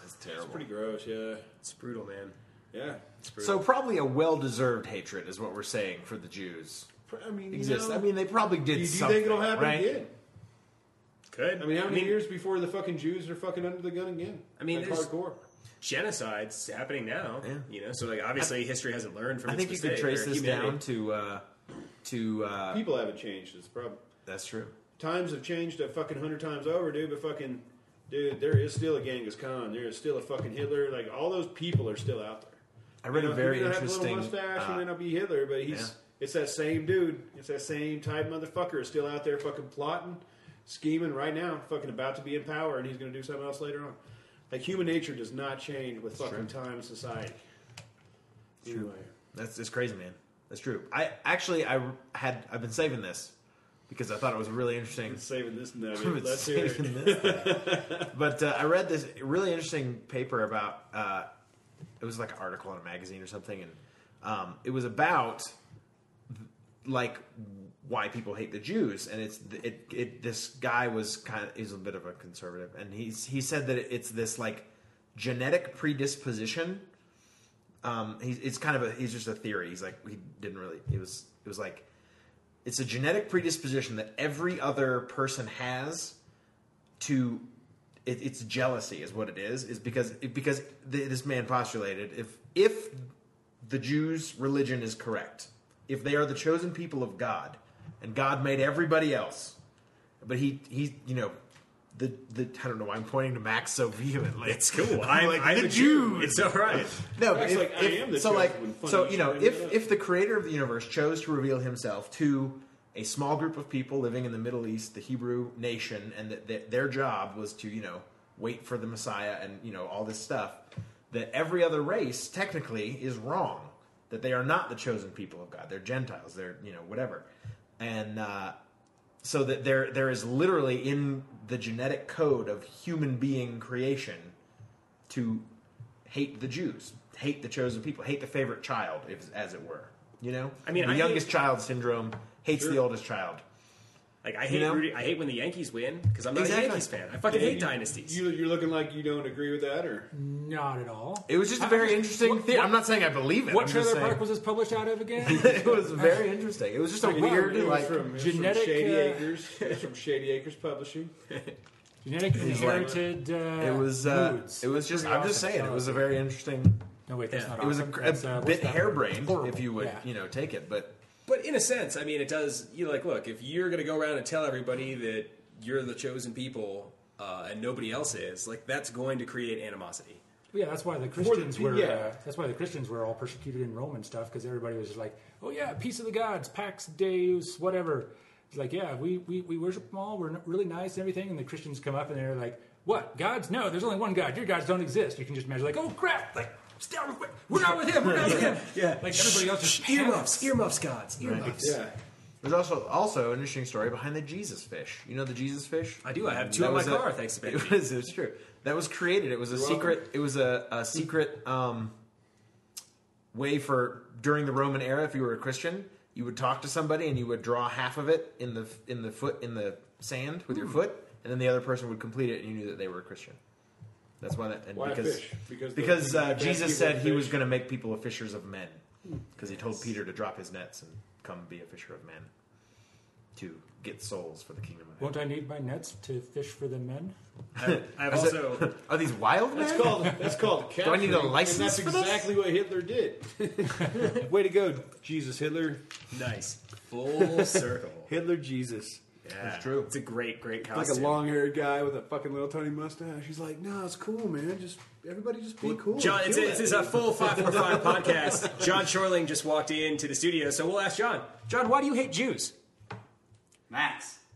Speaker 4: That's
Speaker 2: It's
Speaker 4: terrible.
Speaker 2: pretty gross. Yeah,
Speaker 3: It's brutal, man.
Speaker 2: yeah.
Speaker 4: So probably a well-deserved hatred is what we're saying for the Jews.
Speaker 2: I mean,
Speaker 4: Exists. I mean, they probably did
Speaker 2: do you
Speaker 4: something.
Speaker 2: think it'll happen
Speaker 4: right?
Speaker 2: again?
Speaker 3: Could
Speaker 2: I mean, how many years before the fucking Jews are fucking under the gun again?
Speaker 3: I mean,
Speaker 2: like,
Speaker 3: there's-
Speaker 2: hardcore.
Speaker 3: genocides happening now?
Speaker 4: Yeah.
Speaker 3: You know, so like obviously history hasn't learned from
Speaker 4: I
Speaker 3: its
Speaker 4: think you
Speaker 3: mistake.
Speaker 4: could trace
Speaker 3: or
Speaker 4: this
Speaker 3: humanity.
Speaker 4: down to uh, to. Uh,
Speaker 2: People haven't changed. It's problem.
Speaker 4: that's true.
Speaker 2: Times have changed a fucking hundred times over, dude. But fucking, dude, there is still a Genghis Khan. There is still a fucking Hitler. Like all those people are still out there.
Speaker 4: I read
Speaker 2: You
Speaker 4: a
Speaker 2: know,
Speaker 4: very
Speaker 2: he may not Have
Speaker 4: interesting.
Speaker 2: a little mustache,
Speaker 4: uh,
Speaker 2: he may not be Hitler, but he's
Speaker 4: yeah.
Speaker 2: it's that same dude. It's that same type motherfucker is still out there fucking plotting, scheming right now, fucking about to be in power, and he's going to do something else later on. Like human nature does not change with fucking time and society. Anyway,
Speaker 4: That's it's crazy, man. That's true. I actually I had I've been saving this because I thought it was really interesting.
Speaker 2: saving this
Speaker 4: I've been
Speaker 2: nugget. Let's hear it.
Speaker 4: saving this thing. but uh, I read this really interesting paper about uh, it was like an article in a magazine or something, and um, it was about like why people hate the Jews, and it's it, it this guy was kind of he's a bit of a conservative, and he's he said that it's this like genetic predisposition. Um, he's it's kind of a he's just a theory. He's like he didn't really it was it was like it's a genetic predisposition that every other person has to it, it's jealousy is what it is is because it, because th- this man postulated if if the Jews religion is correct if they are the chosen people of God and God made everybody else but he he you know the, the I don't know why I'm pointing to Max so vehemently
Speaker 3: It's cool. I'm,
Speaker 4: like,
Speaker 3: I'm
Speaker 4: the
Speaker 3: a Jew.
Speaker 4: Jews.
Speaker 3: It's all right.
Speaker 4: no,
Speaker 2: That's
Speaker 4: if-
Speaker 2: like, I
Speaker 4: if-
Speaker 2: am the
Speaker 4: so
Speaker 2: chosen
Speaker 4: like
Speaker 2: one. Funny
Speaker 4: so
Speaker 2: you
Speaker 4: you know
Speaker 2: should bring
Speaker 4: if
Speaker 2: that up.
Speaker 4: if the creator of the universe chose to reveal himself to a small group of people living in the Middle East, the Hebrew nation, and that that their job was to you know wait for the Messiah and you know all this stuff, that every other race technically is wrong, that they are not the chosen people of God, they're Gentiles, they're you know whatever, and. uh so that there there is literally in the genetic code of human being creation to hate the Jews, hate the chosen people, hate the favorite child, if, as it were. You know,
Speaker 3: I mean,
Speaker 4: the
Speaker 3: I
Speaker 4: youngest
Speaker 3: think-
Speaker 4: child syndrome hates the oldest child.
Speaker 3: Like I hate
Speaker 4: know?
Speaker 3: Rudy, I hate when the Yankees win because I'm not
Speaker 4: Exactly.
Speaker 3: a Yankees fan. I fucking hate dynasties.
Speaker 2: You, you're looking like you don't agree with that, or
Speaker 5: not at all.
Speaker 4: It was just a very interesting theory. I'm not saying I believe it. I'm
Speaker 5: What
Speaker 4: just
Speaker 5: trailer
Speaker 4: saying-
Speaker 5: park was this published out of again? Uh,
Speaker 4: it was very interesting. It was just a weird
Speaker 2: It was
Speaker 4: like.
Speaker 2: from, it was
Speaker 5: genetic,
Speaker 2: from Shady
Speaker 5: uh,
Speaker 2: Acres, It was from Shady Acres Publishing.
Speaker 5: Genetically
Speaker 4: like-
Speaker 5: inherited. uh,
Speaker 4: It was. Uh,
Speaker 5: moods.
Speaker 4: it was just. I'm just
Speaker 5: Curiosity.
Speaker 4: saying. It was a very interesting.
Speaker 5: No wait, that's
Speaker 3: Yeah.
Speaker 5: not.
Speaker 4: It was a,
Speaker 5: awesome.
Speaker 4: gr-
Speaker 5: That's, uh,
Speaker 4: a
Speaker 5: what's
Speaker 4: bit
Speaker 5: that?
Speaker 4: harebrained,
Speaker 5: Horrible.
Speaker 4: if you would,
Speaker 5: Yeah.
Speaker 4: you know, take it. But
Speaker 3: But in a sense, I mean, it does. You're like, look, if you're going to go around and tell everybody that you're the chosen people uh, and nobody else is, like, that's going to create animosity.
Speaker 5: Yeah, that's why the Christians
Speaker 2: pe-
Speaker 5: were.
Speaker 2: yeah.
Speaker 5: Uh, that's why the Christians were all persecuted in Rome and stuff because everybody was just like, "Oh yeah, peace of the gods, Pax Deus, whatever." It's like, yeah, we, we we worship them all. We're n- really nice and everything. And the Christians come up and they're like, "What gods? No, there's only one God. Your gods don't exist." You can just imagine, like, "Oh crap! Like, stay out of the way. We're not with him. We're not with him."
Speaker 3: Yeah.
Speaker 5: like everybody else just
Speaker 3: Earmuffs, earmuffs, gods, earmuffs.
Speaker 2: Yeah,
Speaker 4: there's also also an interesting story behind the Jesus fish. You know the Jesus fish?
Speaker 3: I do. I have two
Speaker 4: That
Speaker 3: on my
Speaker 4: was a-
Speaker 3: car, thanks to Benji.
Speaker 4: It was, it's true. That was created. It was a
Speaker 2: welcome.
Speaker 4: secret. It was a, a secret um, way for during the Roman era, if you were a Christian, you would talk to somebody and you would draw half of it in the in the foot in the sand with your foot, and then the other person would complete it, and you knew that they were a Christian. That's why that and
Speaker 6: Why
Speaker 4: because
Speaker 6: fish? Because the-
Speaker 4: because uh,
Speaker 6: the bad
Speaker 4: Jesus
Speaker 6: people
Speaker 4: said he
Speaker 6: fish.
Speaker 4: was going to make people fishers of men because he told Peter to drop his nets and come be a fisher of men to get souls for the kingdom of heaven.
Speaker 5: Won't I need my nets to fish for the men?
Speaker 6: I've
Speaker 4: I said-
Speaker 6: also.
Speaker 4: Are these wild men?
Speaker 6: That's called that's called capturing.
Speaker 4: I need a license
Speaker 6: And that's
Speaker 4: for this?
Speaker 6: exactly what Hitler did.
Speaker 2: Way to go, Jesus Hitler.
Speaker 3: Nice. Full circle.
Speaker 2: Hitler Jesus.
Speaker 3: Yeah.
Speaker 4: That's true.
Speaker 3: It's a great, great
Speaker 2: Like
Speaker 3: costume.
Speaker 2: a long haired guy with a fucking little tiny mustache. He's like, no, it's cool, man. Just everybody just be cool.
Speaker 3: John,
Speaker 2: Kill
Speaker 3: it's,
Speaker 2: it."
Speaker 3: it's, it's a full 545 podcast. John Shorling just walked into the studio, so we'll ask John. John, why do you hate Jews?
Speaker 7: Max.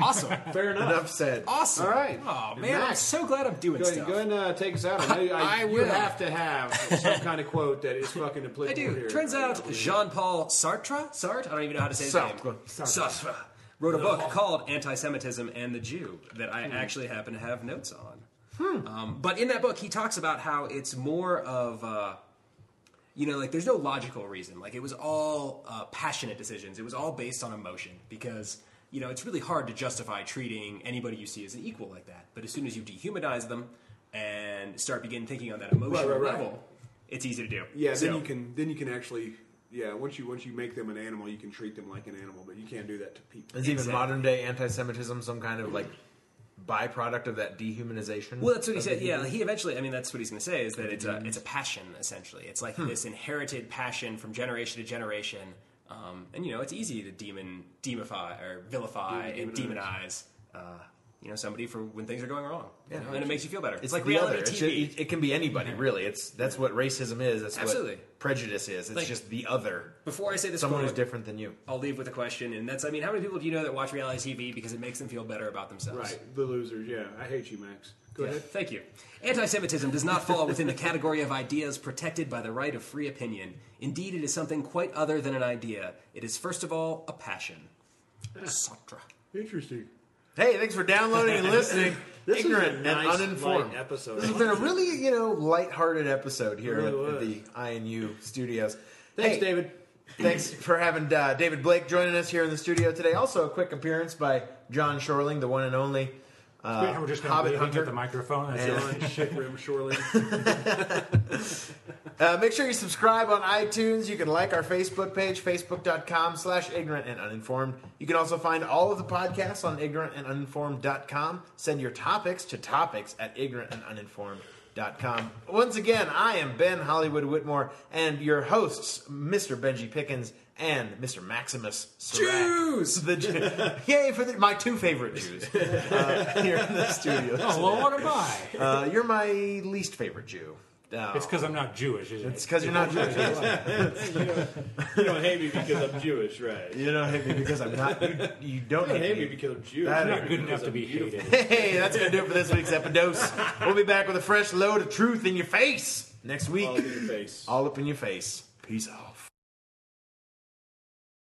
Speaker 3: Awesome.
Speaker 2: fair enough.
Speaker 4: Enough said.
Speaker 3: awesome.
Speaker 2: All right.
Speaker 3: Oh, man, I'm so glad I'm doing
Speaker 2: Go ahead,
Speaker 3: stuff.
Speaker 2: go ahead and uh, take us out. I, know you- I,
Speaker 3: I
Speaker 2: you
Speaker 3: will.
Speaker 2: have to have some kind of quote that is fucking applicable
Speaker 3: I do.
Speaker 2: here.
Speaker 3: Turns
Speaker 2: I
Speaker 3: out
Speaker 2: know.
Speaker 3: Jean Paul Sartre, Sartre, I don't even know how to say his
Speaker 4: Sartre.
Speaker 3: name. Sartre wrote a book called Anti-Semitism and the Jew that
Speaker 2: Hmm.
Speaker 3: I actually happen to have notes on. Um, but in that book, he talks about how it's more of, uh, you know, like there's no logical reason. Like it was all uh, passionate decisions. It was all based on emotion because you know it's really hard to justify treating anybody you see as an equal like that. But as soon as you dehumanize them and start begin thinking on that emotional
Speaker 2: right, right.
Speaker 3: level, it's easy to do.
Speaker 2: Yeah, then
Speaker 3: So-
Speaker 2: you can then you can actually yeah once you once you make them an animal, you can treat them like an animal, but you can't do that to people.
Speaker 4: Is
Speaker 3: Exactly.
Speaker 4: even modern day anti-Semitism some kind of like byproduct of that dehumanization?
Speaker 3: Well, that's what he said. Yeah, he eventually. I mean, that's what he's going to say is that it's
Speaker 4: Mm-hmm.
Speaker 3: a it's a passion essentially. It's like this inherited passion from generation to generation, um, and you know, it's easy to demon demify or vilify and demonize. Uh, you know, somebody for when things are going wrong, you know, and it makes you feel better. It's, like
Speaker 4: the
Speaker 3: reality
Speaker 4: other. It's-
Speaker 3: TV.
Speaker 4: It, it can be anybody, really. It's that's what racism is. That's
Speaker 3: Absolutely.
Speaker 4: what prejudice is. It's
Speaker 3: Like-
Speaker 4: just the other,
Speaker 3: Before I say this,
Speaker 4: someone who's
Speaker 3: quote,
Speaker 4: different than you.
Speaker 3: I'll leave with a question, and that's I mean, how many people do you know that watch reality TV because it makes them feel better about themselves?
Speaker 2: Right, the losers. Yeah, I hate you, Max. Go
Speaker 3: Yeah,
Speaker 2: ahead.
Speaker 3: Thank you. Anti Semitism does not fall within the category of ideas protected by the right of free opinion. Indeed, it is something quite other than an idea. It is, first of all, a passion. Sartre.
Speaker 2: Interesting.
Speaker 4: Hey, thanks for downloading and listening.
Speaker 2: This was a
Speaker 4: Ignorant
Speaker 2: nice,
Speaker 4: and uninformed
Speaker 2: light episode.
Speaker 4: This has been a really you know lighthearted episode here
Speaker 2: Really
Speaker 4: at, at
Speaker 2: was.
Speaker 4: the INU studios.
Speaker 2: Thanks,
Speaker 4: Hey,
Speaker 2: David.
Speaker 4: Thanks for having uh, David Blake joining us here in the studio today. Also, a quick appearance by John Shorling, the one and only. Uh,
Speaker 5: We're just going
Speaker 4: Hobbit
Speaker 5: to leave him
Speaker 4: Hunter.
Speaker 5: at the microphone. That's all.
Speaker 2: John shit room Shorely.
Speaker 4: Uh, make sure you subscribe on iTunes. You can like our Facebook page, facebook.com slash ignorant and uninformed. You can also find all of the podcasts on ignorantanduninformed.com. Send your topics to topics at ignorantanduninformed.com. Once again, I am Ben Hollywood Whitmore and your hosts, Mr. Benji Pickens and Mr. Maximus Serac.
Speaker 3: Jews!
Speaker 4: The Jew. Yay for the, my two favorite Jews uh, here in the studio.
Speaker 5: Oh, well, what am I?
Speaker 4: Uh, you're my least favorite Jew. Uh,
Speaker 5: It's because I'm not Jewish, isn't
Speaker 4: it's
Speaker 5: it?
Speaker 4: because you're not Jewish.
Speaker 6: You don't hate me because I'm Jewish, right? You
Speaker 4: You don't hate me because I'm not. You, you don't
Speaker 6: don't
Speaker 4: hate,
Speaker 6: hate me
Speaker 4: me.
Speaker 6: because I'm Jewish.
Speaker 4: That
Speaker 6: You
Speaker 4: ain't
Speaker 6: hate me
Speaker 5: Good
Speaker 6: because
Speaker 5: enough to
Speaker 6: I'm
Speaker 5: be
Speaker 6: beautiful.
Speaker 5: hated.
Speaker 4: Hey, that's gonna do it for this week's Epidos. We'll be back with a fresh load of truth in your face next week.
Speaker 6: All in your face.
Speaker 4: All up in your face. Peace off.